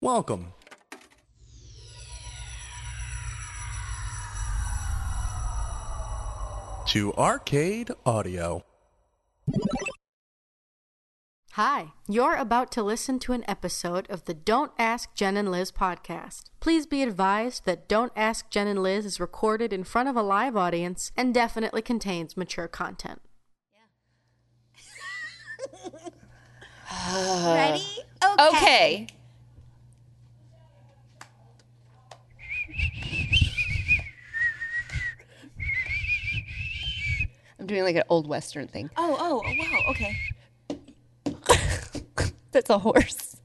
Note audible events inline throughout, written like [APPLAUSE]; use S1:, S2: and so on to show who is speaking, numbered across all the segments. S1: Welcome. To Arcade Audio.
S2: Hi, you're about to listen to an episode of the Don't Ask Jen and Liz podcast. Please be advised that Don't Ask Jen and Liz is recorded in front of a live audience and definitely contains mature content.
S3: Ready? Okay.
S4: Okay. I'm doing like an old western thing.
S3: Oh, oh, oh, wow. Okay.
S4: oh, [LAUGHS] That's a horse.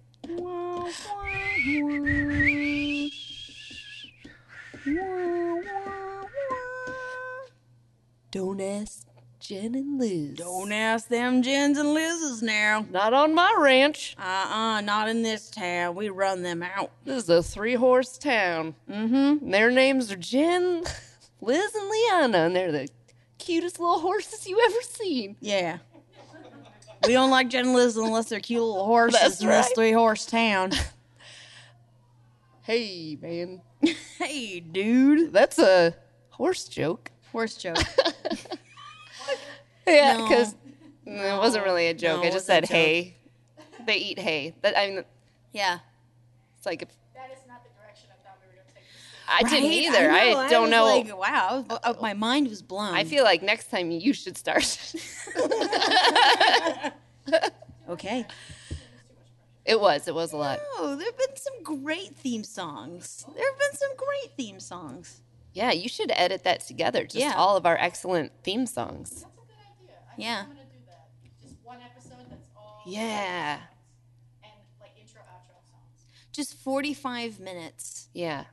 S4: Don't ask Jen and Liz.
S3: Don't ask them Jens and Liz's now.
S4: Not on my ranch.
S3: Uh uh not in this town. We run them out.
S4: This is a three horse town. Mm-hmm. Their names are Jen, Liz, and Liana, and they're the cutest little horses you ever seen.
S3: Yeah. We don't like Jen and Liz unless they're cute little horses
S4: That's
S3: in this
S4: right.
S3: three horse town.
S4: Hey, man.
S3: [LAUGHS] hey, dude.
S4: That's a horse joke. [LAUGHS]
S3: Worst [LAUGHS] joke.
S4: Yeah,
S3: No.
S4: because it wasn't really a joke.
S3: No,
S4: I
S3: it
S4: just said
S3: wasn't a joke.
S4: hay. They eat hay. That I mean,
S3: yeah.
S4: it's like if,
S2: That is not the direction I thought we were going to take.
S4: I didn't
S3: Right?
S4: either. I,
S3: know,
S4: don't
S3: was
S4: know.
S3: Like, wow. I was- uh, my mind was blown.
S4: I feel like next time you should start. [LAUGHS]
S3: Okay.
S4: it was. It was a lot.
S3: Oh, there have been some great theme songs. There have been some great theme songs.
S4: Yeah, you should edit that together. Just
S3: Yeah.
S4: all of our excellent theme songs.
S3: Yeah.
S4: Yeah.
S3: Just 45 minutes. [LAUGHS]
S4: Yeah.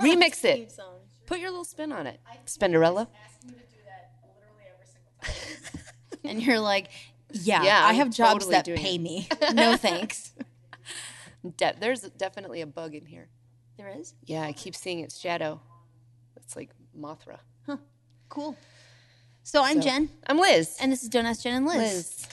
S4: Remix
S3: Theme
S4: it.
S3: song.
S4: Put your little spin on it. Spinderella.
S3: And you're like, yeah,
S4: Yeah,
S3: I
S4: I'm
S3: have jobs
S4: totally
S3: that
S4: doing
S3: pay
S4: it."
S3: [LAUGHS] me. No thanks.
S4: De- there's definitely a bug in here.
S3: there is?
S4: Yeah, I keep seeing its shadow. It's like Mothra.
S3: Cool. So I'm Jen,
S4: I'm Liz.
S3: and this is Don't Ask Jen and Liz.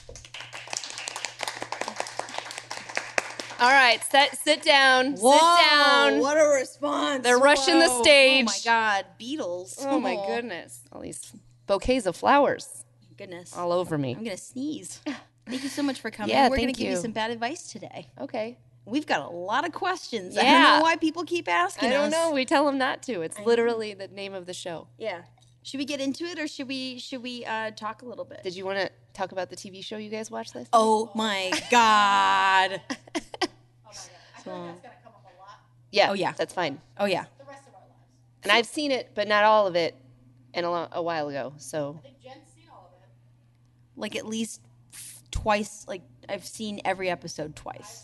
S4: All right, sit, sit down.
S3: Whoa,
S4: sit down.
S3: What a response.
S4: They're rushing the
S3: Whoa.
S4: stage.
S3: Oh my God. Beatles.
S4: Oh my goodness. All these bouquets of flowers
S3: Goodness.
S4: all over me.
S3: I'm going to [LAUGHS] sneeze. Thank you so much for coming.
S4: Yeah,
S3: We're gonna
S4: thank
S3: give you
S4: you.
S3: some bad advice today.
S4: Okay.
S3: We've got a lot of questions. I don't
S4: Yeah.
S3: know why people keep asking
S4: I don't
S3: us.
S4: know. We tell them not to. It's literally the name of the show.
S3: Yeah. Should we get into it or should we should we uh, talk a little bit?
S4: Did you want to talk about the TV show you guys watched last?
S3: oh my god.
S4: Yeah.
S3: oh, yeah.
S4: That's fine.
S3: Oh yeah.
S4: And I've seen it, but not all of it, and a, lo- a while ago. So
S3: Like at least f- twice like I've seen every episode twice.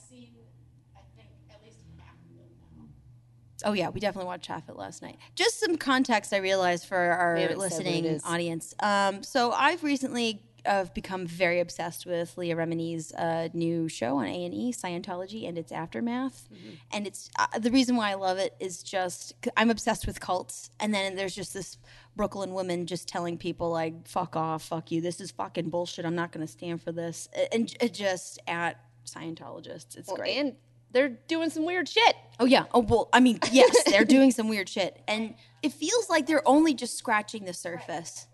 S3: Oh yeah, we definitely watched half it last night. Just some context I realized for our
S4: We haven't said what it
S3: listening
S4: is.
S3: audience. Um, so I've recently uh, become very obsessed with Leah Remini's uh, new show on A and E, Scientology and its aftermath. And it's uh, the reason why I love it is just c- I'm obsessed with cults, and then there's just this Brooklyn woman just telling people like "fuck off, fuck you, this is fucking bullshit. I'm not going to stand for this," A- and, j just at Scientologists. It's great.
S4: and they're doing some weird shit.
S3: Oh yeah. Oh well, I mean, yes, they're doing some weird shit, and it feels like they're only just scratching the surface.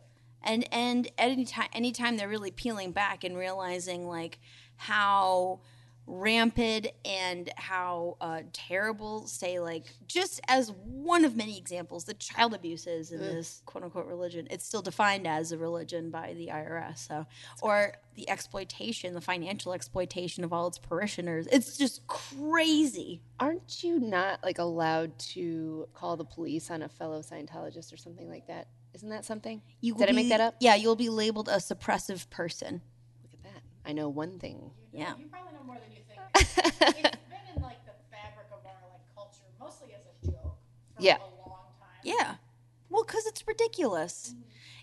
S3: And and any time, anytime they're really peeling back and realizing like how rampant and how uh, terrible, say like just as one of many examples, the child abuse is in this quote unquote religion. It's still defined as a religion by the IRS, so or the exploitation, the financial exploitation of all its parishioners. It's just crazy.
S4: Aren't you not like allowed to call the police on a fellow Scientologist or something like that? Isn't that something?
S3: You
S4: Did I make
S3: be-
S4: that up?
S3: Yeah, you'll be labeled a suppressive person.
S4: Look at that. I know one thing.
S3: Yeah.
S5: You probably know more than you think. it's been in like the fabric of our like culture, mostly as a joke, for
S4: Yeah.
S5: a long time.
S3: Yeah. Well, because it's ridiculous.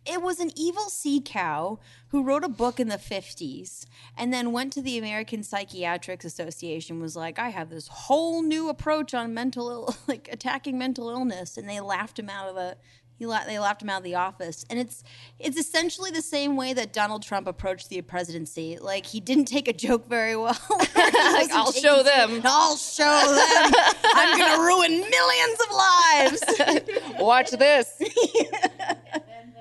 S3: It was an evil sea cow who wrote a book in the 50s and then went to the American Psychiatric Association was like, "I have this [LAUGHS] whole new approach on mental Ill- like attacking mental illness." And they laughed him out of the He la- they laughed him out of the office, and it's it's essentially the same way that Donald Trump approached the presidency. Like he didn't take a joke very well. [LAUGHS] like
S4: I'll show them.
S3: I'll show them. I'm gonna [LAUGHS] ruin millions of lives.
S4: Watch this.
S3: [LAUGHS] And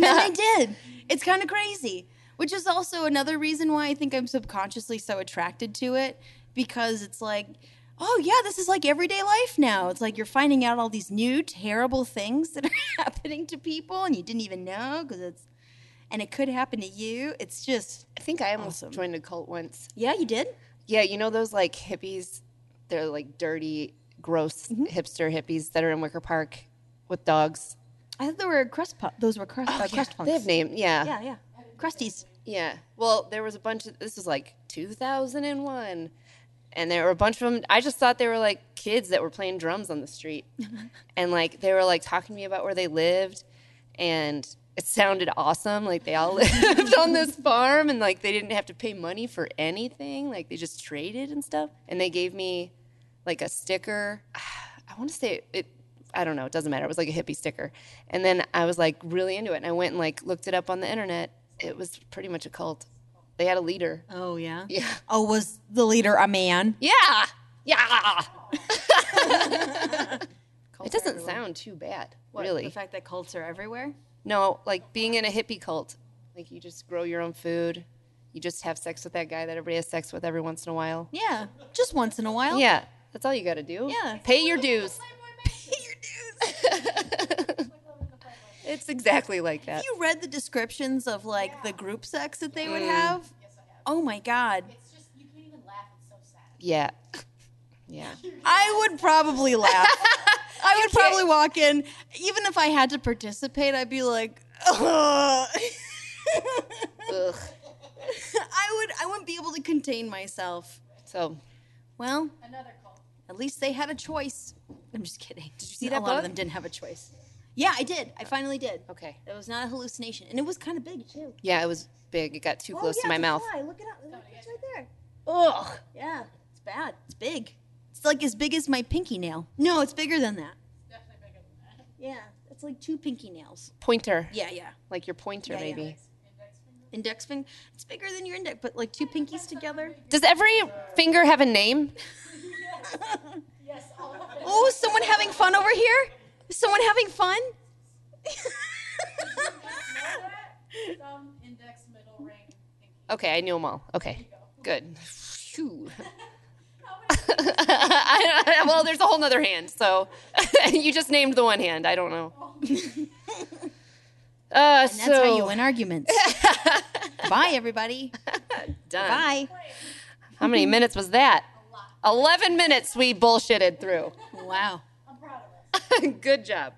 S3: then they did. It's kind of crazy, which is also another reason why I think I'm subconsciously so attracted to it because it's like, oh, yeah, this is like everyday life now. It's like you're finding out all these new terrible things that are [LAUGHS] happening to people and you didn't even know because it's, and it could happen to you. It's just,
S4: I think I almost
S3: Awesome.
S4: joined a cult once.
S3: yeah, you did.
S4: Yeah, you know those like hippies? They're like dirty, gross hipster hippies that are in Wicker Park with dogs.
S3: I thought they were crust pu- those were crust, uh, crust punks.
S4: Oh, They have name.
S3: yeah, yeah. Crusties.
S4: Yeah. Well, there was a bunch of this was like 2001 and there were a bunch of them I just thought they were like kids that were playing drums on the [LAUGHS] street. and like they were like talking to me about where they lived and it sounded awesome like they all [LAUGHS] lived on this farm and like they didn't have to pay money for anything like they just traded and stuff and they gave me like a sticker [SIGHS] i want to say it i don't know it doesn't matter it was like a hippie sticker and then i was like really into it and i went and like looked it up on the internet it was pretty much a cult they had a leader
S3: Oh, yeah.
S4: yeah
S3: Oh, was the leader a man?
S4: yeah yeah [LAUGHS] it doesn't sound too bad really
S3: The fact that cults are everywhere?
S4: No, like being in a hippie cult, like you just grow your own food. You just have sex with that guy that everybody has sex with every once in a while.
S3: Yeah. Just once in a while.
S4: Yeah, that's all you got to do.
S3: Yeah.
S4: Pay your
S3: [LAUGHS]
S4: dues. It's exactly like that.
S3: you read the descriptions of like the group sex that they would have? Oh my god.
S5: It's just you can't even laugh. It's so sad.
S3: [LAUGHS]
S4: Yeah. Yeah.
S3: I would probably
S4: [LAUGHS]
S3: laugh. I would probably walk in even if I had to participate, I'd be like Ugh. [LAUGHS]
S4: Ugh.
S3: I would I wouldn't be able to contain myself.
S4: So,
S3: Well,
S5: Another cult.
S3: at least they had a choice. I'm just kidding. Did you
S4: see that
S3: A lot
S4: book?
S3: of them didn't have a choice. Yeah, I did. I finally did.
S4: okay.
S3: It was not a hallucination, and it was kind of big too.
S4: Yeah, it was big. It got too close
S3: Oh, yeah,
S4: to my
S3: it's a
S4: mouth.
S3: fly. Look it up. Look, it's right there. Ugh. Yeah, it's bad. It's big. It's like as big as my pinky nail. No, it's bigger than that.
S5: Definitely bigger than that. [LAUGHS]
S3: Yeah, it's like two pinky nails.
S4: Pointer.
S3: Yeah, yeah.
S4: Like your pointer,
S3: Yeah, yeah.
S4: maybe.
S3: Index finger. It's bigger than your index, but like two pinkies together.
S4: Does every finger have a name?
S3: Oh, is someone having fun over here? Is someone having fun?
S5: Thumb, index, middle, ring, pinky.
S4: Okay, I knew them all. Okay, good. Phew. [LAUGHS]
S5: How many
S4: I- well, there's a whole nother hand, so [LAUGHS] you just named the one hand. I don't
S3: [LAUGHS]
S4: know. Uh,
S3: And
S4: so
S3: that's how you win [LAUGHS] arguments. Bye, everybody.
S4: done.
S3: Bye.
S4: How many minutes was that? Eleven minutes we bullshitted through. [LAUGHS]
S3: Wow.
S4: Good job.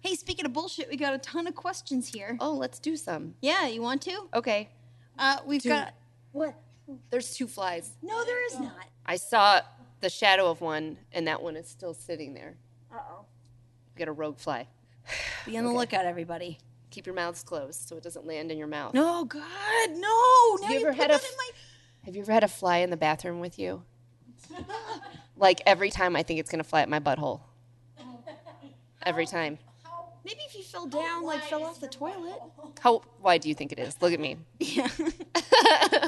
S3: Hey, speaking of bullshit, we got a ton of questions here.
S4: Oh, let's do some.
S3: Yeah, you want to?
S4: Okay,
S3: Uh, we've got. What?
S4: there's two flies.
S3: No, there is not.
S4: I saw the shadow of one, and that one is still sitting there.
S3: Uh oh.
S4: We got a rogue fly.
S3: Be on the lookout, everybody.
S4: Keep your mouths closed so it doesn't land in your mouth.
S3: No, God, no. Now
S4: You
S3: you,
S4: ever
S3: put
S4: had a
S3: that
S4: f-
S3: in my.
S4: Have you ever had a fly in the bathroom with you? like every time I think it's gonna fly at my butthole. Every time.
S3: Maybe if you fell down, like fell off the toilet.
S4: How wide do you think it is? Look at me.
S3: Yeah. [LAUGHS] Come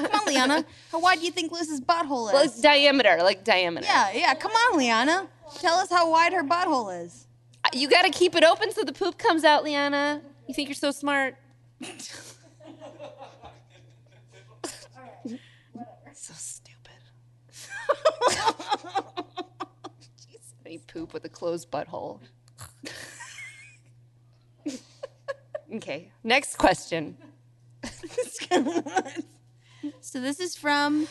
S3: on, [LAUGHS] Liana. How wide do you think Liz's butthole is?
S4: Well, it's diameter, like diameter.
S3: yeah, yeah. Come on, Liana. Tell us how wide her butthole is.
S4: You gotta keep it open so the poop comes out, Liana. You think you're so [LAUGHS] smart. so stupid. Jeez, they poop with a closed butthole. [LAUGHS] okay, next question.
S3: [LAUGHS] so this is from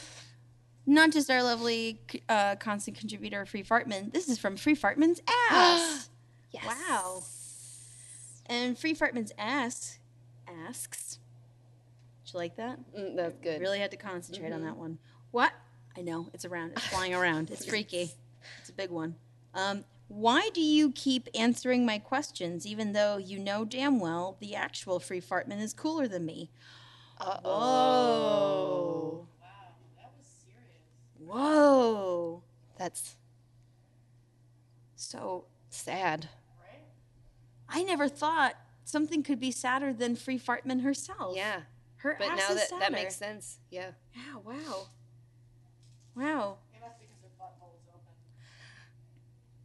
S3: not just our lovely uh, constant contributor Free Fartman. This is from Free [GASPS] Fartman's ass. yes. Wow. And Free Fartman's ass asks. Did you like that?
S4: Mm, that's good.
S3: Really had to concentrate on
S4: Mm-hmm.
S3: that one. What? I know it's around. It's flying around.
S4: [LAUGHS]
S3: It's freaky. It's a big one. Um, why do you keep answering my questions, even though you know damn well the actual Free Fartman is cooler than me? Oh. Whoa.
S4: That's
S3: So
S4: sad.
S3: I never thought something could be sadder than Free Fartman herself.
S4: Yeah.
S3: Her
S4: But
S3: ass
S4: now
S3: is
S4: that
S3: sadder.
S4: that makes sense. Yeah.
S3: Yeah, wow. Wow.
S5: It must be because her butthole is open.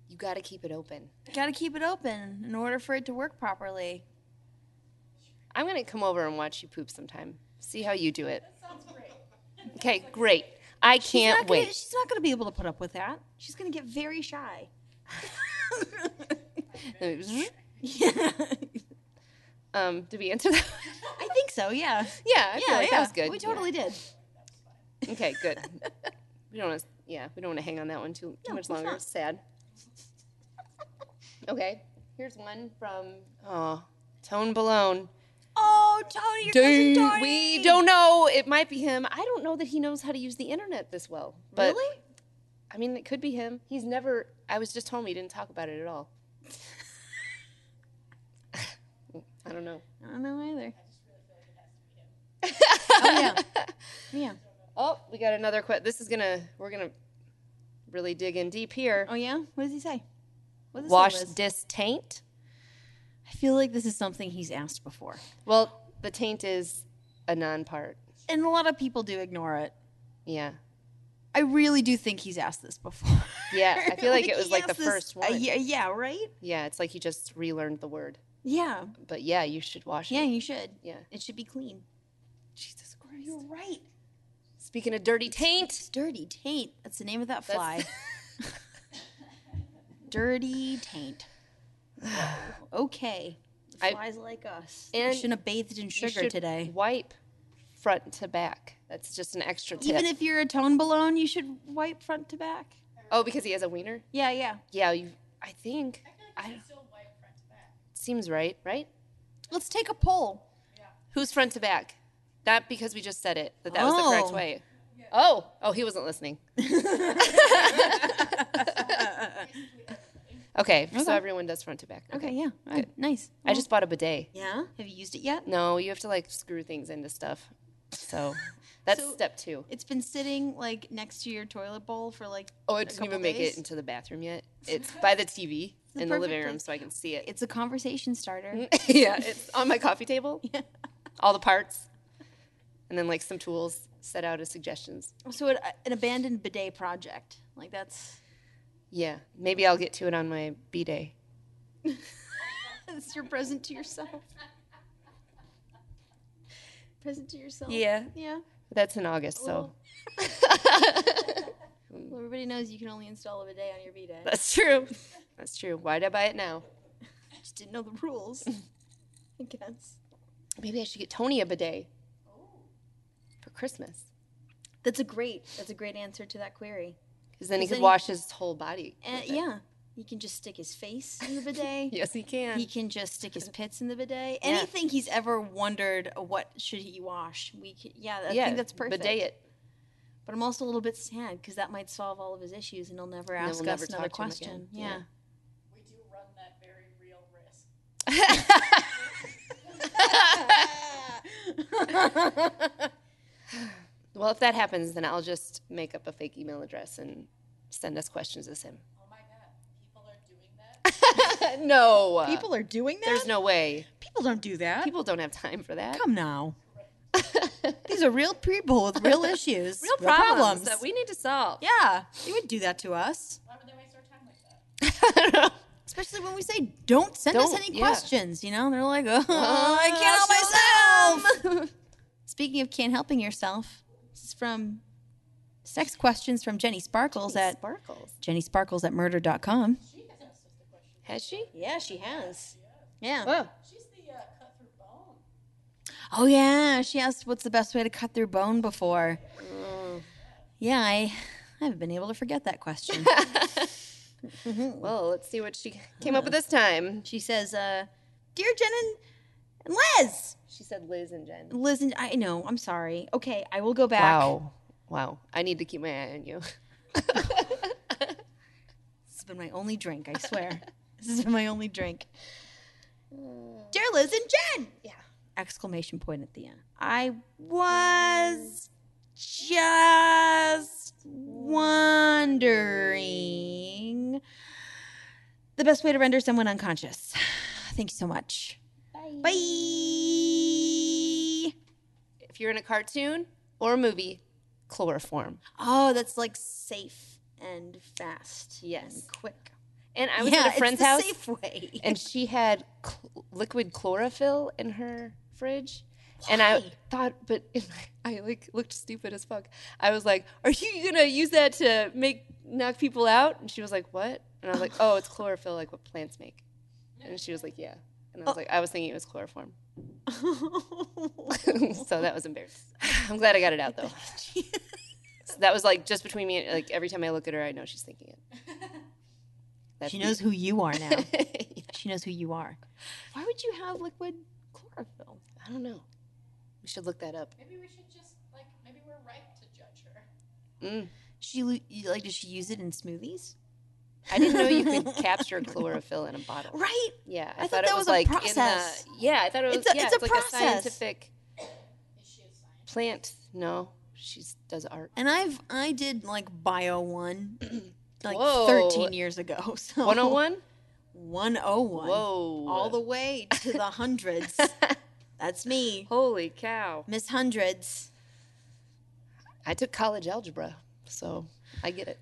S4: You got to keep it open.
S3: Gotta keep it open in order for it to work properly.
S4: I'm going to come over and watch you poop sometime. See how you do it. Okay, great. I
S3: She's
S4: can't
S3: not gonna-
S4: wait.
S3: she's not gonna be able to put up with that. She's gonna get very
S4: [LAUGHS]
S3: shy. [LAUGHS] yeah.
S4: um, did we answer that? [LAUGHS]
S3: I think so, yeah.
S4: yeah, I feel
S3: yeah,
S4: like
S3: yeah.
S4: that was good.
S3: We totally did.
S4: Yeah. Okay, good. We don't want to. Yeah, we don't want to hang on that one too too
S3: No,
S4: much
S3: it's
S4: longer.
S3: not.
S4: It's sad. Okay, here's one from oh, Tone Balone.
S3: [LAUGHS] Oh, Tony, your cousin Tony.
S4: We don't know. It might be him. I don't know that he knows how to use the internet this well. But
S3: really?
S4: I mean, it could be him. He's never. I was just home. He didn't talk about it at all. [LAUGHS] I don't know.
S3: I don't know either. [LAUGHS] oh yeah,
S4: [LAUGHS]
S3: yeah.
S4: Oh, we got another question. This is gonna. We're gonna really dig in deep here.
S3: Oh yeah. What does he say? What does it
S4: Wash
S3: say, Liz?
S4: dis taint.
S3: I feel like this is something he's asked before,
S4: Well, the taint is a non part.
S3: and a lot of people do ignore it.
S4: Yeah.
S3: I really do think he's asked
S4: [LAUGHS]
S3: this before.
S4: Yeah, I
S3: [LAUGHS]
S4: feel like it was,
S3: he
S4: like, the
S3: asked this-
S4: first
S3: uh,
S4: one.
S3: yeah, yeah, right.
S4: Yeah. It's like you just relearned the word.
S3: Yeah,
S4: But yeah, you should wash
S3: yeah.
S4: it.
S3: You should.
S4: Yeah.
S3: It should be clean. Jesus Christ. You're right.
S4: Speaking of dirty taint.
S3: It's dirty taint. That's the name of that
S4: That's-
S3: fly. [LAUGHS] dirty
S4: [SIGHS]
S3: taint. Okay. The
S4: I-
S3: flies like us.
S4: And
S3: you shouldn't have bathed in
S4: you
S3: sugar
S4: should
S3: today.
S4: Wipe front to back. That's just an extra tip.
S3: Even if you're a tone balone, you should wipe front to back.
S4: oh, because he has a wiener.
S3: Yeah, yeah.
S4: Yeah, you. I think. I don't- Seems right, right?
S3: Let's take a poll.
S4: Who's front to back? Not because we just said it, that that was the correct
S3: Oh.
S4: way. Oh, oh, he wasn't
S3: [LAUGHS]
S4: listening. okay, so
S3: Okay.
S4: everyone does front to back.
S3: Okay, yeah. All right, nice.
S4: I just bought a bidet.
S3: Yeah? Have you used it yet?
S4: No, you have to like screw things into stuff.
S3: [LAUGHS]
S4: So that's
S3: So-
S4: step two.
S3: It's been sitting like next to your toilet bowl for like
S4: Oh, I
S3: a
S4: didn't even
S3: couple
S4: make
S3: days.
S4: it into the bathroom
S3: [LAUGHS]
S4: yet. It's by the TV
S3: the
S4: in the living
S3: perfect
S4: room,
S3: place.
S4: so I can see it. [LAUGHS]
S3: It's a conversation starter.
S4: yeah, it's on my coffee table.
S3: [LAUGHS]
S4: All the parts, and then like some tools set out as suggestions.
S3: so it, an abandoned bidet project. Like that's [LAUGHS]
S4: Yeah, maybe I'll get to it on my B day.
S3: It's your present to yourself. [LAUGHS] present to yourself.
S4: Yeah, Oh.
S3: Yeah.
S4: that's in August, so
S3: Well- Well, everybody knows you can only install a bidet on your bidet. I
S4: that's true. [LAUGHS] That's true. Why'd I buy it now?
S3: just didn't know the
S4: [LAUGHS]
S3: rules. I guess.
S4: Maybe I should get Tony a bidet for Christmas,
S3: That's a great. That's a great answer to that query.
S4: because then he
S3: 'Cause
S4: could
S3: then
S4: wash
S3: he-
S4: his whole body.
S3: And
S4: with it.
S3: yeah, you can just stick his face in the bidet.
S4: [LAUGHS] Yes, he can.
S3: He can just stick his pits in the bidet. Anything he's ever wondered, uh, what should he wash? We can, yeah, I
S4: yeah,
S3: think that's perfect.
S4: Bidet it.
S3: But I'm also a little bit sad because that might solve all of his issues, and he'll never
S4: then
S3: ask
S4: we'll never
S3: us another
S4: talk to him again.
S3: question.
S4: Yeah.
S3: Yeah.
S5: We do run that very real risk.
S4: Well, if that happens, then I'll just make up a fake email address and send us questions as him.
S5: Oh my god, people are doing that.
S4: [LAUGHS] No,
S3: People are doing that.
S4: Uh, there's no way.
S3: people don't do that.
S4: People don't have time for that.
S3: Come [LAUGHS] now. These are real people with [LAUGHS] real issues,
S4: Real problems, that we need to solve.
S3: yeah, they would do that to us,
S5: Why would they waste our time like that?
S3: [LAUGHS] especially when we say, "Don't send us
S4: Don't,
S3: any
S4: yeah.
S3: questions." You know, they're like, "Oh, I can't help myself." [LAUGHS] Speaking of can't helping yourself, this is from sex questions from Jenny Sparkles at
S4: Sparkles.
S3: Jenny Sparkles at murder.com.
S4: Has she?
S3: Yeah, she has. Yeah.
S4: Oh, [LAUGHS]
S5: She's the uh, cut through bone.
S3: Oh yeah, she asked what's the best way to cut through bone before. Mm. Yeah, I I haven't been able to forget that [LAUGHS] question.
S4: well, let's see what she [LAUGHS] came up with this time.
S3: she says, uh, "Dear Jen and, and Liz,
S4: She said Liz and Jen.
S3: Liz and I know I'm sorry. Okay, I will go back.
S4: Wow. Wow. I need to keep my eye on you. [LAUGHS]
S3: This has been my only drink. I swear, [LAUGHS] this has been my only drink." Dear Liz and Jen. Yeah. Exclamation point at the end. I was just wondering the best way to render someone unconscious. [SIGHS] Thanks so much. Bye.
S4: If you're in a cartoon or a movie, chloroform.
S3: Oh, that's like safe and fast.
S4: Yes.
S3: And quick.
S4: And I was at a friend's
S3: it's the
S4: house,
S3: safe way. [LAUGHS]
S4: and [LAUGHS] she had cl- liquid chlorophyll in her fridge. And I
S3: Why?
S4: thought, but I like looked stupid as fuck. I was like, "Are you gonna use that to make knock people out?" And she was like, "What?" And I was like, "Oh, it's chlorophyll, like what plants make." And she was like, "Yeah." And I
S3: Oh.
S4: was like, "I was thinking it was
S3: [LAUGHS]
S4: chloroform." so that was embarrassing. [SIGHS] I'm glad I got it out
S3: [LAUGHS]
S4: though. So that was like just between me. and Like every time I look at her, I know she's
S3: [LAUGHS]
S4: thinking it. That's
S3: she
S4: the-
S3: knows who you are
S4: [LAUGHS]
S3: now. She knows who you are. Why would you have liquid chlorophyll?
S4: I don't know. We should look that up.
S5: Maybe we should just like maybe we're right to judge her.
S3: Mm. She lu- you- like does she use it in smoothies?
S4: I didn't know you
S3: [LAUGHS]
S4: could capture chlorophyll in a bottle.
S3: Right.
S4: Yeah,
S3: I thought that was a
S4: like
S3: process.
S4: In the, yeah, I thought it was.
S3: It's a-
S4: yeah,
S3: it's a
S4: like
S3: process.
S4: a scientific plant. No, she does art.
S3: And I've I did like
S4: [CLEARS THROAT]
S3: bio one like
S4: Whoa.
S3: 13 years ago. [LAUGHS] So
S4: 101?
S3: 101.
S4: Whoa.
S3: All the way to the
S4: [LAUGHS]
S3: hundreds. That's me.
S4: Holy cow.
S3: Miss Hundreds.
S4: I took college algebra, so I get it.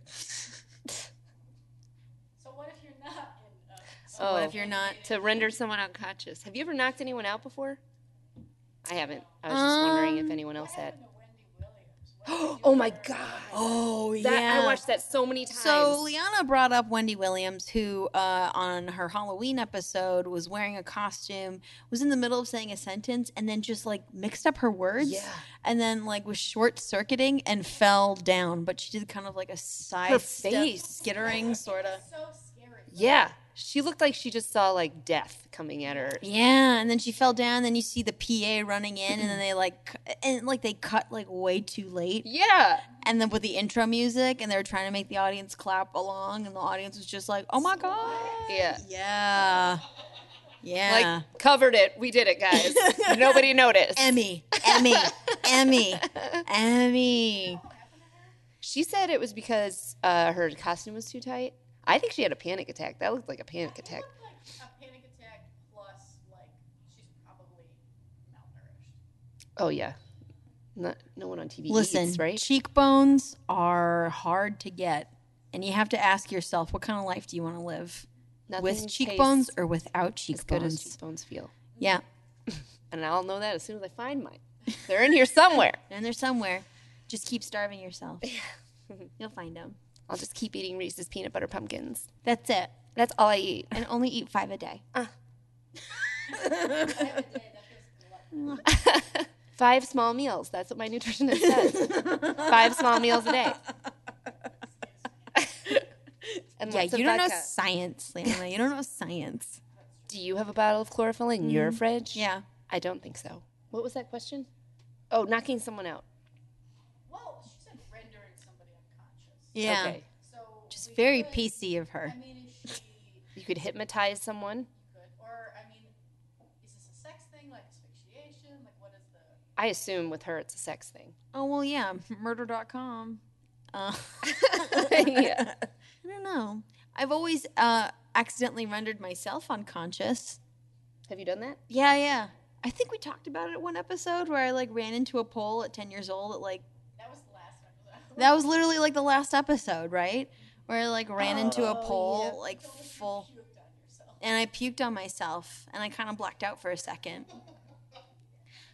S5: So what if you're not in? Uh,
S4: oh,
S3: What if you're not
S4: to render someone unconscious. Have you ever knocked anyone out before? I haven't. I was just wondering if anyone else had. Um, [GASPS] oh my god.
S3: Oh
S4: That I watched that so many times.
S3: So Liana brought up Wendy Williams, who uh, on her Halloween episode was wearing a costume, was in the middle of saying a sentence, and then just like mixed up her words,
S4: Yeah.
S3: and then like was short circuiting and fell down. But she did kind of like a side step,
S4: face.
S3: skittering sort of.
S4: Yeah. She looked like she just saw like death coming at her.
S3: Yeah, and then she fell down. Then you see the PA running
S4: [CLEARS THROAT]
S3: in, and then they like cu- and like they cut like way too late.
S4: Yeah.
S3: and then with the intro music and they were trying to make the audience clap along and the audience was just like oh my god
S4: Yeah.
S3: yeah
S4: Like
S3: yeah
S4: covered it. We did it, guys.
S3: [LAUGHS]
S4: Nobody noticed.
S3: emmy emmy emmy emmy
S4: She said it was because uh, her costume was too tight. I think she had a panic attack. That looked like a panic attack.
S5: like a panic attack plus like she's probably malnourished.
S4: Oh yeah. Not no one on TV
S3: listen
S4: eats, right?
S3: cheekbones are hard to get and you have to ask yourself what kind of life do you want to live
S4: Nothing
S3: with
S4: tastes
S3: cheekbones or without
S4: as good as
S3: cheekbones
S4: cheekbones feel.
S3: yeah
S4: And I'll know that as soon as I find mine. They're in here somewhere.
S3: and they're somewhere just keep
S4: [LAUGHS]
S3: starving yourself you'll find them
S4: I'll just keep eating Reese's peanut butter pumpkins.
S3: that's it
S4: That's all I eat.
S3: and only eat five a day
S4: Five small meals. That's what my nutritionist says. Five small meals a [LAUGHS] day. and
S3: Yeah,
S4: lots of
S3: you don't know
S4: vodka.
S3: science, Lana. You don't
S4: [LAUGHS]
S3: know science.
S4: Do you have a bottle of chlorophyll in your fridge?
S3: Yeah.
S4: I don't think so. What was that question? Oh, knocking someone out.
S5: Well, she said rendering somebody unconscious.
S3: Yeah.
S4: Okay.
S5: So
S3: Just very PC of her.
S5: I mean, is she
S4: You could hypnotize someone.
S5: good? Or I mean, is this a sex thing like asphyxiation? Like what is the?
S4: I assume with her it's a sex thing.
S3: Oh, well, yeah. Murder.com. Uh, [LAUGHS]
S4: yeah.
S3: I don't know. I've always uh, accidentally rendered myself unconscious.
S4: Have you done that?
S3: Yeah, yeah. I think we talked about it one episode where I like ran into a pole at 10 years old at like
S5: That was the last episode.
S3: that was literally like the last episode, right? Where I like ran
S5: Oh,
S3: into a pole like full and I puked on myself and I kind of blacked out for a second. I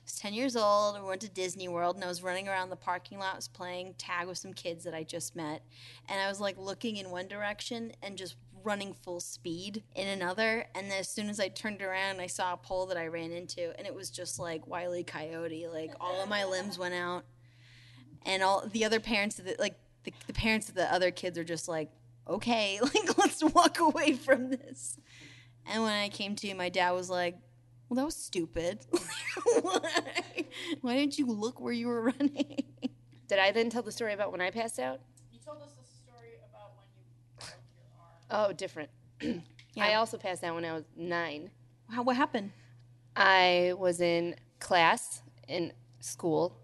S3: was 10 years old. I went to Disney World and I was running around the parking lot. I was playing tag with some kids that I just met. And I was like looking in one direction and just running full speed in another. And then as soon as I turned around, I saw a pole that I ran into. And it was just like Wiley Coyote. Like all of my limbs went out. And all the other parents, of the, like the, the parents of the other kids, are just like, okay, [LAUGHS] like let's walk away from this. And when I came to, my dad was like, "Well, that was stupid. [LAUGHS] Why? Why didn't you look where you were running?"
S4: Did I then tell the story about when I passed out?
S5: You told us the story about when you broke your arm.
S4: Oh, different. I also passed out when I was nine.
S3: How, what happened?
S4: I was in class in school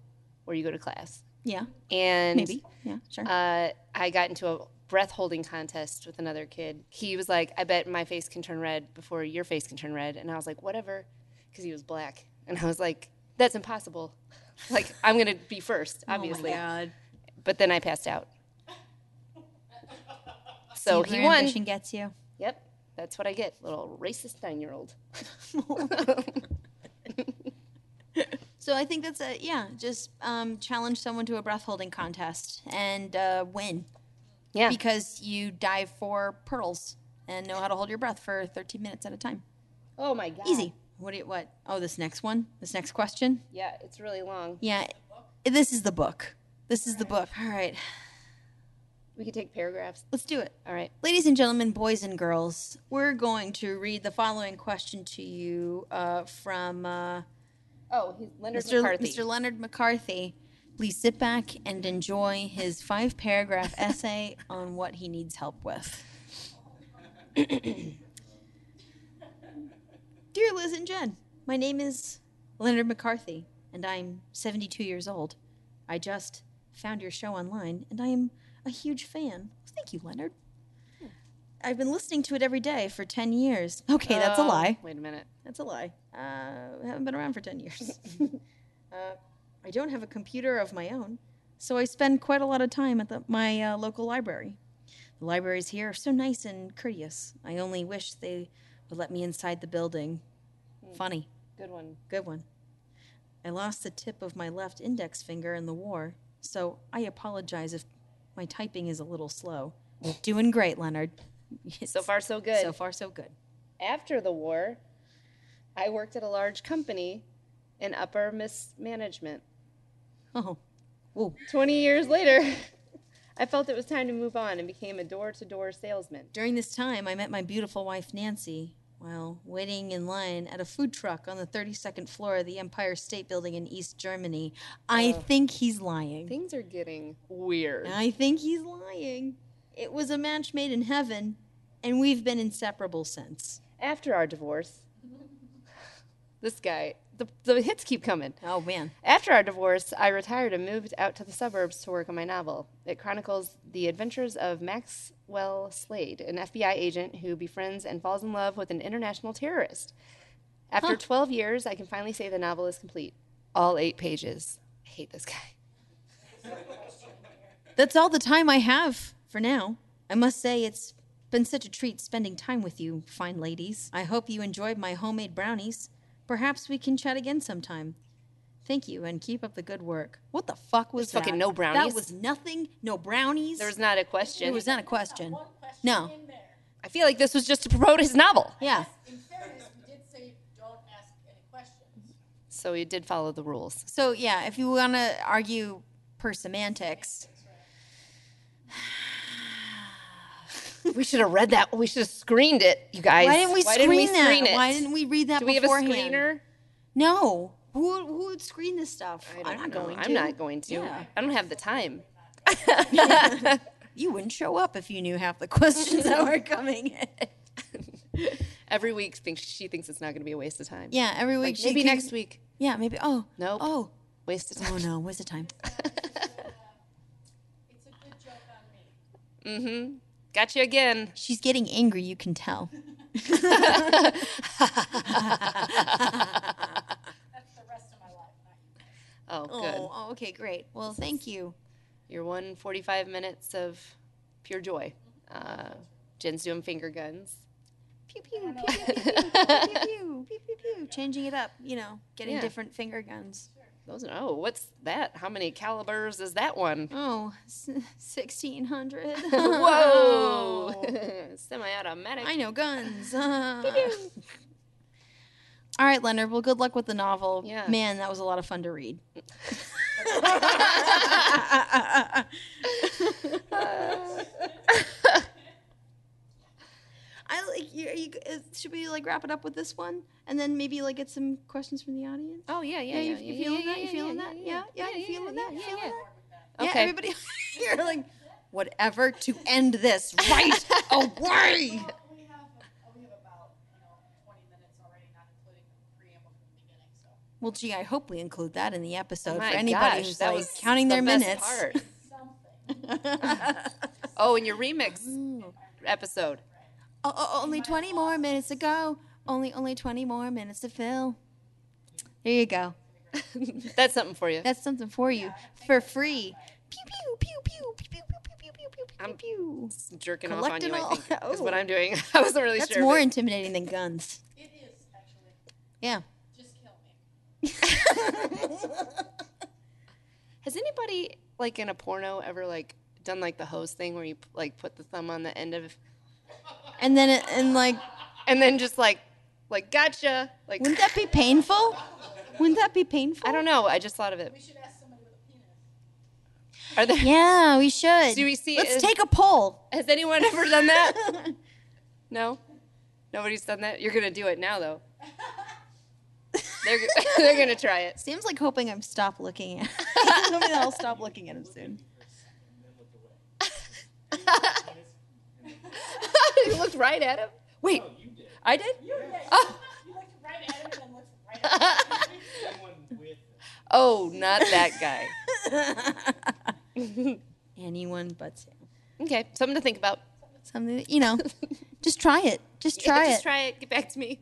S4: where you go to class.
S3: Yeah,
S4: And
S3: maybe. Yeah, sure.
S4: uh, I got into a breath holding contest with another kid. He was like, I bet my face can turn red before your face can turn red. And I was like, whatever, because he was black. And I was like, that's impossible. [LAUGHS] Like, I'm going to be first, obviously.
S3: Oh God.
S4: but then I passed
S3: [LAUGHS]
S4: out. So
S3: Your
S4: he won.
S3: ambition gets you.
S4: Yep, that's what I get, little racist nine year old.
S3: [LAUGHS] So I think that's a yeah. Just um, challenge someone to a breath holding contest and uh, win
S4: Yeah.
S3: because you dive for pearls and know how to hold your breath for 13 minutes at a time.
S4: oh my god.
S3: Easy. What? Do you, what? Oh, this next one. This next question.
S4: Yeah, it's really long.
S3: Yeah, this is the book. This is the book. All right,
S4: We could take paragraphs.
S3: let's do it.
S4: All right.
S3: Ladies and gentlemen, boys and girls, we're going to read the following question to you uh, from uh,
S4: Oh, he's Leonard
S3: Mr.
S4: McCarthy.
S3: Mr. Leonard McCarthy. Please sit back and enjoy his
S4: [LAUGHS]
S3: five paragraph essay on what he needs
S4: [CLEARS THROAT]
S3: help with. Dear Liz and Jen, my name is Leonard McCarthy, and I'm 72 years old. I just found your show online, and I am a huge fan. Thank you, Leonard.
S4: Hmm.
S3: I've been listening to it every day for 10 years. Okay, that's a
S4: Oh,
S3: lie.
S4: Wait a minute.
S3: That's a lie. Uh, I haven't been around for 10 years. [LAUGHS] uh, I don't have a computer of my own, so I spend quite a lot of time at the, my uh, local library. The libraries here are so nice and courteous. I only wish they would let me inside the building.
S4: Hmm.
S3: Funny.
S4: Good one.
S3: Good one. I lost the tip of my left index finger in the war, so I apologize if my typing is a little slow. Doing great, Leonard.
S4: So far, so good.
S3: So far, so good.
S4: After the war, I worked at a large company in upper mismanagement.
S3: Oh, whoa.
S4: 20 years later, [LAUGHS] I felt it was time to move on and became a door to door salesman.
S3: During this time, I met my beautiful wife, Nancy, while waiting in line at a food truck on the 32nd floor of the Empire State Building in East Germany. I think he's lying.
S4: Things are getting weird.
S3: I think he's lying. It was a match made in heaven, and we've been inseparable since.
S4: After our divorce, [LAUGHS] this guy, the, the hits keep coming.
S3: Oh, man.
S4: After our divorce, I retired and moved out to the suburbs to work on my novel. It chronicles the adventures of Maxwell Slade, an FBI agent who befriends and falls in love with an international terrorist. After 12 years, I can finally say the novel is complete. All eight pages. I hate this guy.
S3: That's all the time I have for now. I must say it's been such a treat spending time with you, fine ladies. I hope you enjoyed my homemade brownies. Perhaps we can chat again sometime. Thank you and keep up the good work. What the fuck was
S4: There's fucking
S3: that?
S4: no brownies.
S3: That was nothing. No brownies.
S4: There was not a question.
S3: it was not a question. No.
S4: I feel like this was just to promote his novel.
S3: Yeah.
S5: In fairness, we did say don't ask any questions.
S4: So he did follow the rules.
S3: So yeah, if you want to argue per semantics,
S4: [LAUGHS] We should have read that. We should have screened it, you guys.
S3: why didn't we screen that?
S4: screen it?
S3: Why didn't we read that
S4: Do we have a
S3: beforehand?
S4: screener?
S3: No. Who who would screen this stuff?
S4: I don't
S3: am not
S4: know.
S3: going to.
S4: I'm not going to.
S3: Yeah.
S4: I don't have the time.
S3: You wouldn't show up if you knew half the [LAUGHS] questions that were coming in.
S4: Every week, think- she thinks it's not going to be a waste of time.
S3: Yeah, every week.
S4: Like,
S3: she
S4: maybe
S3: can-
S4: next week.
S3: Yeah, maybe. Oh.
S4: Nope.
S3: Oh.
S4: Waste of time.
S3: Oh, no. Where's the
S4: [LAUGHS]
S3: time?
S5: It's a good joke on me.
S4: Got you again.
S3: She's getting angry, you can tell.
S5: That's the rest of my life, not you.
S4: Oh,
S3: Oh,
S4: good.
S3: oh, okay, great. Well, thank you.
S4: Your one 45 minutes of pure joy. Uh, Jen's doing finger guns.
S3: Pew, pew, pew, pew, pew, pew, pew, pew, pew, pew. Changing it up, you know, getting
S4: Yeah.
S3: different finger guns.
S4: Those are, oh, what's that? How many calibers is that one?
S3: Oh, s- [LAUGHS] 1600.
S4: [LAUGHS] Whoa! [LAUGHS] Semi automatic.
S3: Oh. I know guns. [LAUGHS] All right, Leonard. Well, good luck with the novel.
S4: Yeah.
S3: Man, that was a lot of fun to read. I like you, you. uh, Should we like wrap it up with this one, and then maybe like get some questions from the audience?
S4: Oh, yeah, yeah.
S3: Yeah,
S4: yeah,
S3: you, you feeling that? You feeling that? Yeah, yeah, you feeling that? You feeling that? Yeah,
S4: Okay.
S3: everybody, [LAUGHS] you're like, whatever to end this right away.
S5: Well, we have, oh, we have about, you know, 20 minutes already, not including the preamble from the beginning, so.
S3: Well, gee, I hope we include that in the episode
S4: Oh My
S3: for anybody
S4: gosh,
S3: who's
S4: that
S3: like [LAUGHS]
S4: was
S3: counting
S4: the
S3: their
S4: best
S3: [LAUGHS] minutes.
S4: part. [LAUGHS] Oh, in your remix episode.
S3: Oh, oh, only 20 more minutes to go. Only, only 20 more minutes to fill. There you go.
S4: That's something for you.
S3: That's something for you for free. Pew pew pew pew pew pew pew pew pew pew pew pew. pew.
S4: Jerking off on you, I
S3: Collecting
S4: think,
S3: [LAUGHS] all- Oh.
S4: is what I'm doing. [LAUGHS] I wasn't really
S3: That's
S4: sure.
S3: more
S4: but-
S3: intimidating than guns. It is actually. Yeah.
S4: Has anybody like in a porno ever like done like the hose thing where you like put the thumb on the end of
S3: And then it, and like
S4: and then just like like gotcha like
S3: wouldn't that be painful? Wouldn't that be painful?
S4: I don't know. I just thought of it. We should ask somebody with a penis. Are there?
S3: Yeah, we should.
S4: Do we see-
S3: Let's
S4: is-
S3: take a poll.
S4: [LAUGHS]
S3: [LAUGHS]
S4: Has anyone ever done that? no, nobody's done that. You're gonna do it now [LAUGHS] though. They're [LAUGHS] they're gonna try it.
S3: Sam's like hoping I'm stop looking at. [LAUGHS] He's hoping that I'll stop looking at him soon.
S4: [LAUGHS] you looked right at him. Wait,
S5: Oh,
S4: I did.
S5: You looked right at him and then looked right at
S4: [LAUGHS] Oh, not that guy. [LAUGHS]
S3: Anyone but Sam.
S4: okay, something to think about.
S3: Something that, you
S4: [LAUGHS]
S3: know, just try it. Just [LAUGHS] try
S4: Just
S3: it.
S4: try it. Get back to me.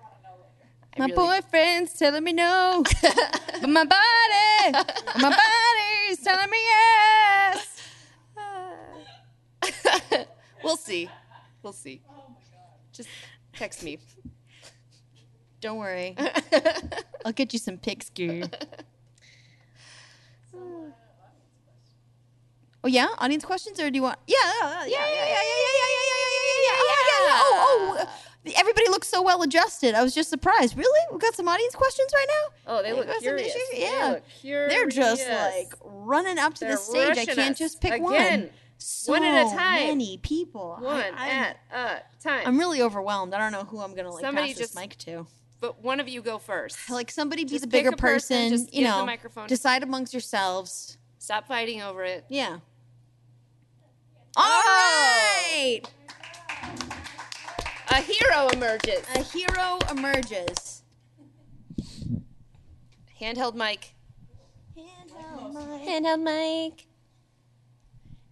S4: [LAUGHS]
S3: my
S4: really-
S3: boyfriend's telling me no, but my
S4: [LAUGHS]
S3: body, my body's telling me yes.
S4: we'll see. We'll see.
S5: Oh,
S4: Just text
S5: [LAUGHS]
S4: me.
S3: Don't worry, I'll get you some pics,
S4: [LAUGHS]
S3: gear. Oh yeah, audience questions, or do you want? Yeah, yeah, yeah, yeah, yeah, yeah, yeah, yeah, yeah, yeah, yeah, yeah, yeah. Oh, yeah, yeah. Oh, oh. uh, Everybody looks so well adjusted. I was just surprised. Really, we got some audience questions right now.
S4: Oh, they
S3: Hey,
S4: look
S3: got some
S4: curious.
S3: issue?
S4: They
S3: Yeah.
S4: look curious.
S3: They're just like running up to
S4: They're
S3: the stage. I
S4: rushing
S3: can't
S4: us.
S3: just pick
S4: Again,
S3: one. So
S4: one at a time.
S3: Many people. I-
S4: one
S3: I'm,
S4: at a time.
S3: I'm really overwhelmed. I don't know who I'm gonna like
S4: Somebody just-
S3: pass this mic to.
S4: but one of you go first.
S3: Like somebody be
S4: Just
S3: the
S4: pick
S3: bigger
S4: a person,
S3: person.
S4: just
S3: you
S4: give the
S3: know,
S4: microphone.
S3: decide amongst yourselves.
S4: Stop fighting over it.
S3: Yeah. All right.
S4: A hero emerges.
S3: A hero emerges.
S4: Handheld mic.
S3: Handheld mic.
S4: Handheld mic.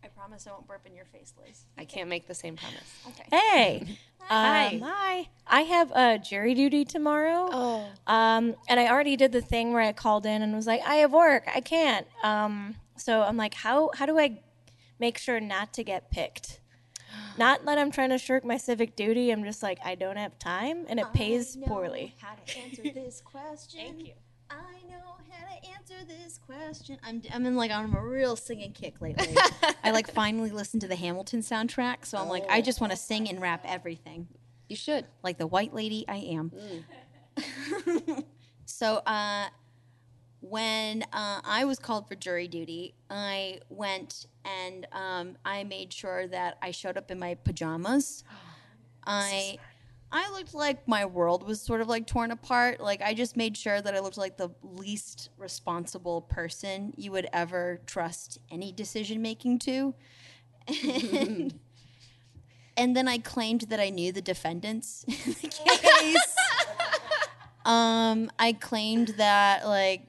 S3: I promise I won't burp in your face, Liz.
S4: I can't make the same promise.
S6: Hey.
S4: [LAUGHS] Hi.
S6: Um, hi. I have uh, jury duty tomorrow.
S4: Oh.
S6: Um, and I already did the thing where I called in and was like, I have work. I can't. Um, so I'm like, how, how do I make sure not to get picked? Not that I'm trying to shirk my civic duty. I'm just like, I don't have time and it pays poorly.
S3: How to answer this question? Thank you. I know how to answer this question. I'm, I'm in like on a real singing kick lately. I like finally listened to the Hamilton soundtrack, so I'm like I just want to sing and rap everything,
S4: You should.
S3: like the white lady I am. [LAUGHS] so uh, when uh, I was called for jury duty, I went and um, I made sure that I showed up in my pajamas. I I looked like my world was sort of like torn apart. Like I just made sure that I looked like the least responsible person you would ever trust any decision making to. And, and then I claimed that I knew the defendants in the case. um, I claimed that like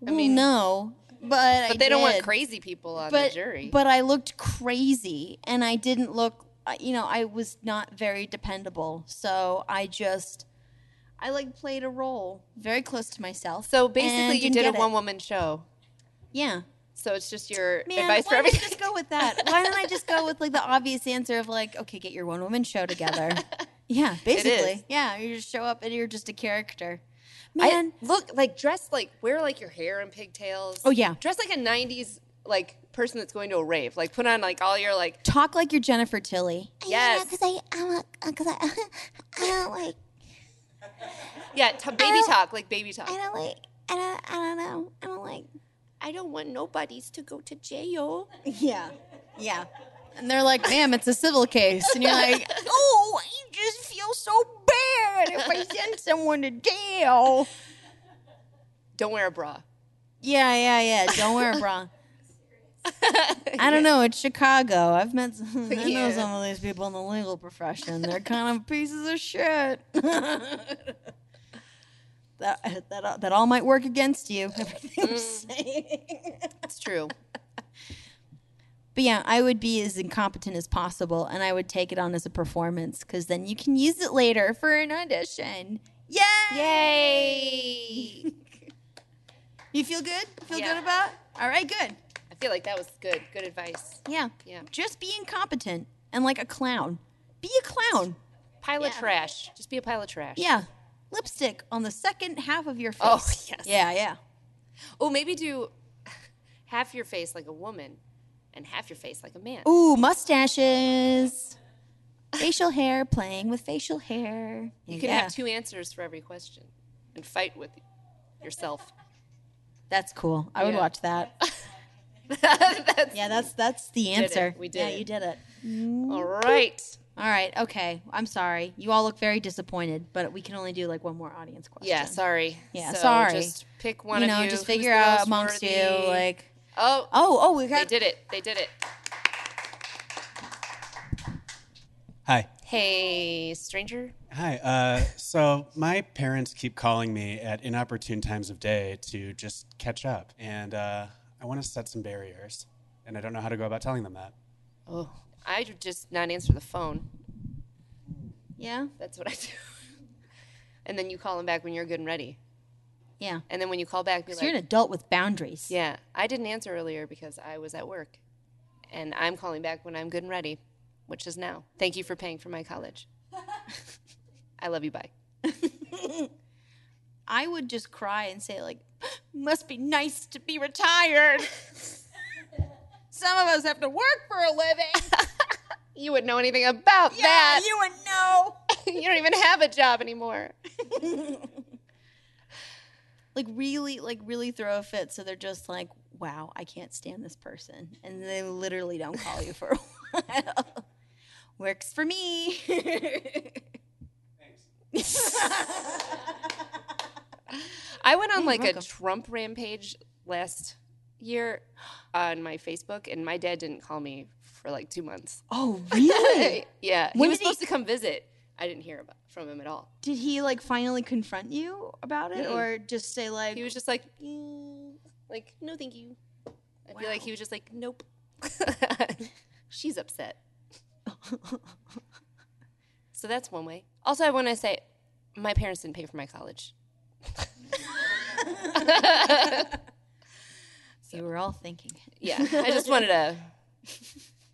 S3: well,
S4: mean-
S3: no, but
S4: But they don't want
S3: crazy
S4: crazy people on the jury.
S3: but I looked crazy, and I didn't look. I- You know, I was not very dependable, so I just, I like played a role very close to myself.
S4: so
S3: and
S4: basically, you
S3: didn't
S4: did a
S3: get it.
S4: one woman show.
S3: Yeah,
S4: So it's just your
S3: man.
S4: advice for
S3: why don't I
S4: everything.
S3: just go with that? Why don't I just go with like the obvious answer of like, okay, get your one woman show together.
S4: [LAUGHS]
S3: yeah,
S4: is.
S3: basically. Yeah, you just show up and you're just a character. Man,
S4: I, look like dress like wear like your hair in pigtails.
S3: Oh, yeah.
S4: dress like a '90s like person that's going to a rave. Like put on like all your like
S3: talk like you're Jennifer Tilly.
S4: yes,
S7: because I I'm a because I [LAUGHS] I don't like
S4: yeah, t- baby talk like baby talk.
S7: I don't like I don't I don't know I don't like
S4: I don't want nobodies to go to jail.
S3: Yeah. Yeah. And they're like, ma'am, it's a civil case. And [LAUGHS] you're like, oh, I just feel so bad if I send someone to jail.
S4: Don't wear a bra.
S3: Yeah, yeah, yeah. Don't wear a [LAUGHS] bra. I don't know. It's Chicago. I've met some, I know
S4: Yeah.
S3: some of these people in the legal profession. They're kind of pieces of shit. [LAUGHS] Mm. that, that, that all might work against you. Everything I'm saying.
S4: It's true.
S3: But yeah, I would be as incompetent as possible and I would take it on as a performance because then you can use it later for an audition. Yay!
S4: [LAUGHS]
S3: Yay! you feel good? Feel
S4: Yeah.
S3: good about? All right, good.
S4: I feel like that was good. Good advice.
S3: Yeah.
S4: Yeah.
S3: Just be incompetent and like a clown. Be a clown.
S4: Pile of trash. Just be a pile of trash.
S3: Yeah. Lipstick on the second half of your face.
S4: Oh, [LAUGHS] yes.
S3: Yeah, yeah.
S4: Oh, maybe do half your face like a woman and half your face like a man.
S3: Ooh, mustaches. facial hair, playing with facial hair.
S4: You can have two answers for every question and fight with yourself.
S3: That's cool. I would
S4: Yeah.
S3: watch that.
S4: [LAUGHS]
S3: [LAUGHS]
S4: That's
S3: Yeah, that's that's the answer.
S4: We did
S3: Yeah,
S4: it.
S3: you did it.
S4: all right.
S3: All right. Okay. I'm sorry. You all look very disappointed, but we can only do like one more audience question.
S4: Yeah, sorry.
S3: Yeah,
S4: So
S3: sorry.
S4: Just pick one
S3: you
S4: of
S3: know,
S4: you.
S3: just
S4: who's
S3: figure
S4: the
S3: out
S4: most
S3: amongst you,
S4: worthy.
S3: like,
S4: oh,
S3: oh, oh, we
S4: they
S3: got.
S4: did it. They did it.
S8: Hi.
S4: Hey, stranger.
S8: Hi. Uh, so my parents keep calling me at inopportune times of day to just catch up, and uh, I want to set some barriers, and I don't know how to go about telling them that.
S4: Oh, I would just not answer the phone.
S3: Yeah,
S4: That's what I do. [LAUGHS] and then you call them back when you're good and ready.
S3: yeah.
S4: And then when you call back, be
S3: So
S4: like,
S3: you're an adult with boundaries.
S4: Yeah, I didn't answer earlier because I was at work. And I'm calling back when I'm good and ready, which is now. Thank you for paying for my
S3: [LAUGHS]
S4: college. [LAUGHS] I love you. Bye.
S3: I would just cry and say like, "Must be nice to be retired." [LAUGHS] Some of us have to work for a living.
S4: You wouldn't know anything about
S3: yeah,
S4: that.
S3: you would know.
S4: You-, don't even have a job anymore.
S3: like really like really throw a fit so they're just like wow i can't stand this person and they literally don't call you for a while [LAUGHS] works for me [LAUGHS]
S4: I went on
S3: You're
S4: like a
S3: welcome.
S4: Trump rampage last year on my Facebook, and my dad didn't call me for like two months.
S3: oh [GASPS] really
S4: [LAUGHS] yeah, he
S3: When
S4: was
S3: did he-
S4: supposed to come visit. I didn't hear about, from him at all.
S3: [LAUGHS] did he like finally confront you about it
S4: Mm-mm.
S3: or just say like
S4: He was just like, "Mm," like, no, thank you. I feel like
S3: Wow.
S4: he was just like,
S3: [LAUGHS]
S4: nope. She's upset. [LAUGHS] so that's one way. Also, I want to say, my parents didn't pay for my college.
S3: you were all thinking it.
S4: Yeah, I just wanted to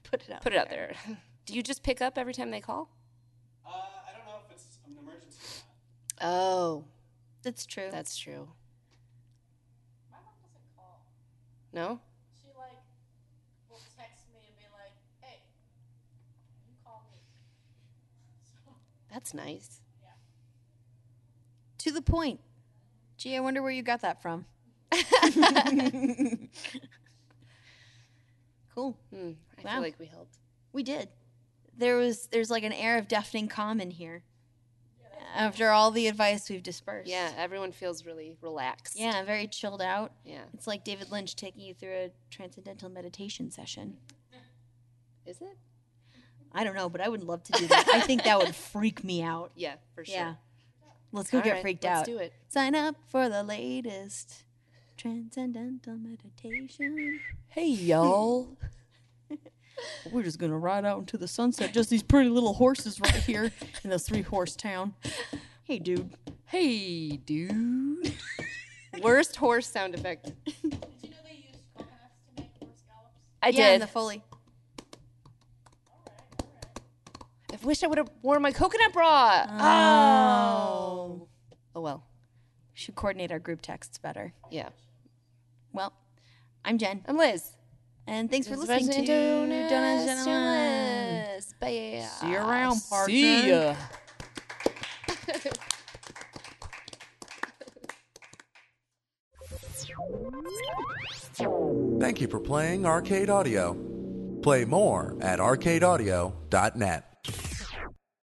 S3: put it out
S4: [LAUGHS] put it out there. Do you just pick up every time they call?
S8: Uh, I don't know if it's an emergency.
S4: Oh,
S3: that's true
S4: that's true. No?
S5: She like will text me and be like, "Hey, you call me." [LAUGHS]
S4: That's nice.
S3: to the point gee i wonder where you got that
S4: [LAUGHS]
S3: from [LAUGHS] cool
S4: Hmm, I
S3: Wow.
S4: feel like we helped.
S3: We did. There was there's like an air of deafening calm in here. After all the advice we've dispersed.
S4: Yeah, everyone feels really relaxed.
S3: Yeah, very chilled out.
S4: Yeah.
S3: It's like David Lynch taking you through a transcendental meditation session.
S4: Is it?
S3: I don't know, but I would love to do that. I think that would [LAUGHS] freak me out.
S4: Yeah, for sure.
S3: Yeah. Let's go
S4: All
S3: get
S4: right,
S3: freaked
S4: let's
S3: out.
S4: do it.
S3: Sign up for the latest transcendental meditation.
S9: Hey, y'all.
S3: [LAUGHS] We're just gonna ride out into the sunset. Just these pretty little horses right here in this three horse town. Hey, dude.
S4: Hey,
S5: [LAUGHS]
S4: dude. Worst horse sound effect.
S5: Did you know they used coconuts to make horse gallops?
S4: I
S3: yeah, in
S4: did.
S3: the Foley.
S4: I wish I would have worn my coconut bra.
S3: Oh.
S4: Oh well.
S3: should coordinate our group texts better.
S4: Yeah.
S3: Well, I'm Jen,
S4: I'm Liz.
S3: and thanks for
S4: This is
S3: listening to
S4: Resident
S3: Don't Ask
S4: Ask
S3: Gentlemen.
S4: Journalists. Bye.
S3: See you around, partner.
S9: See ya.
S1: Thank you for playing Arcade Audio. Play more at arcadeaudio.net.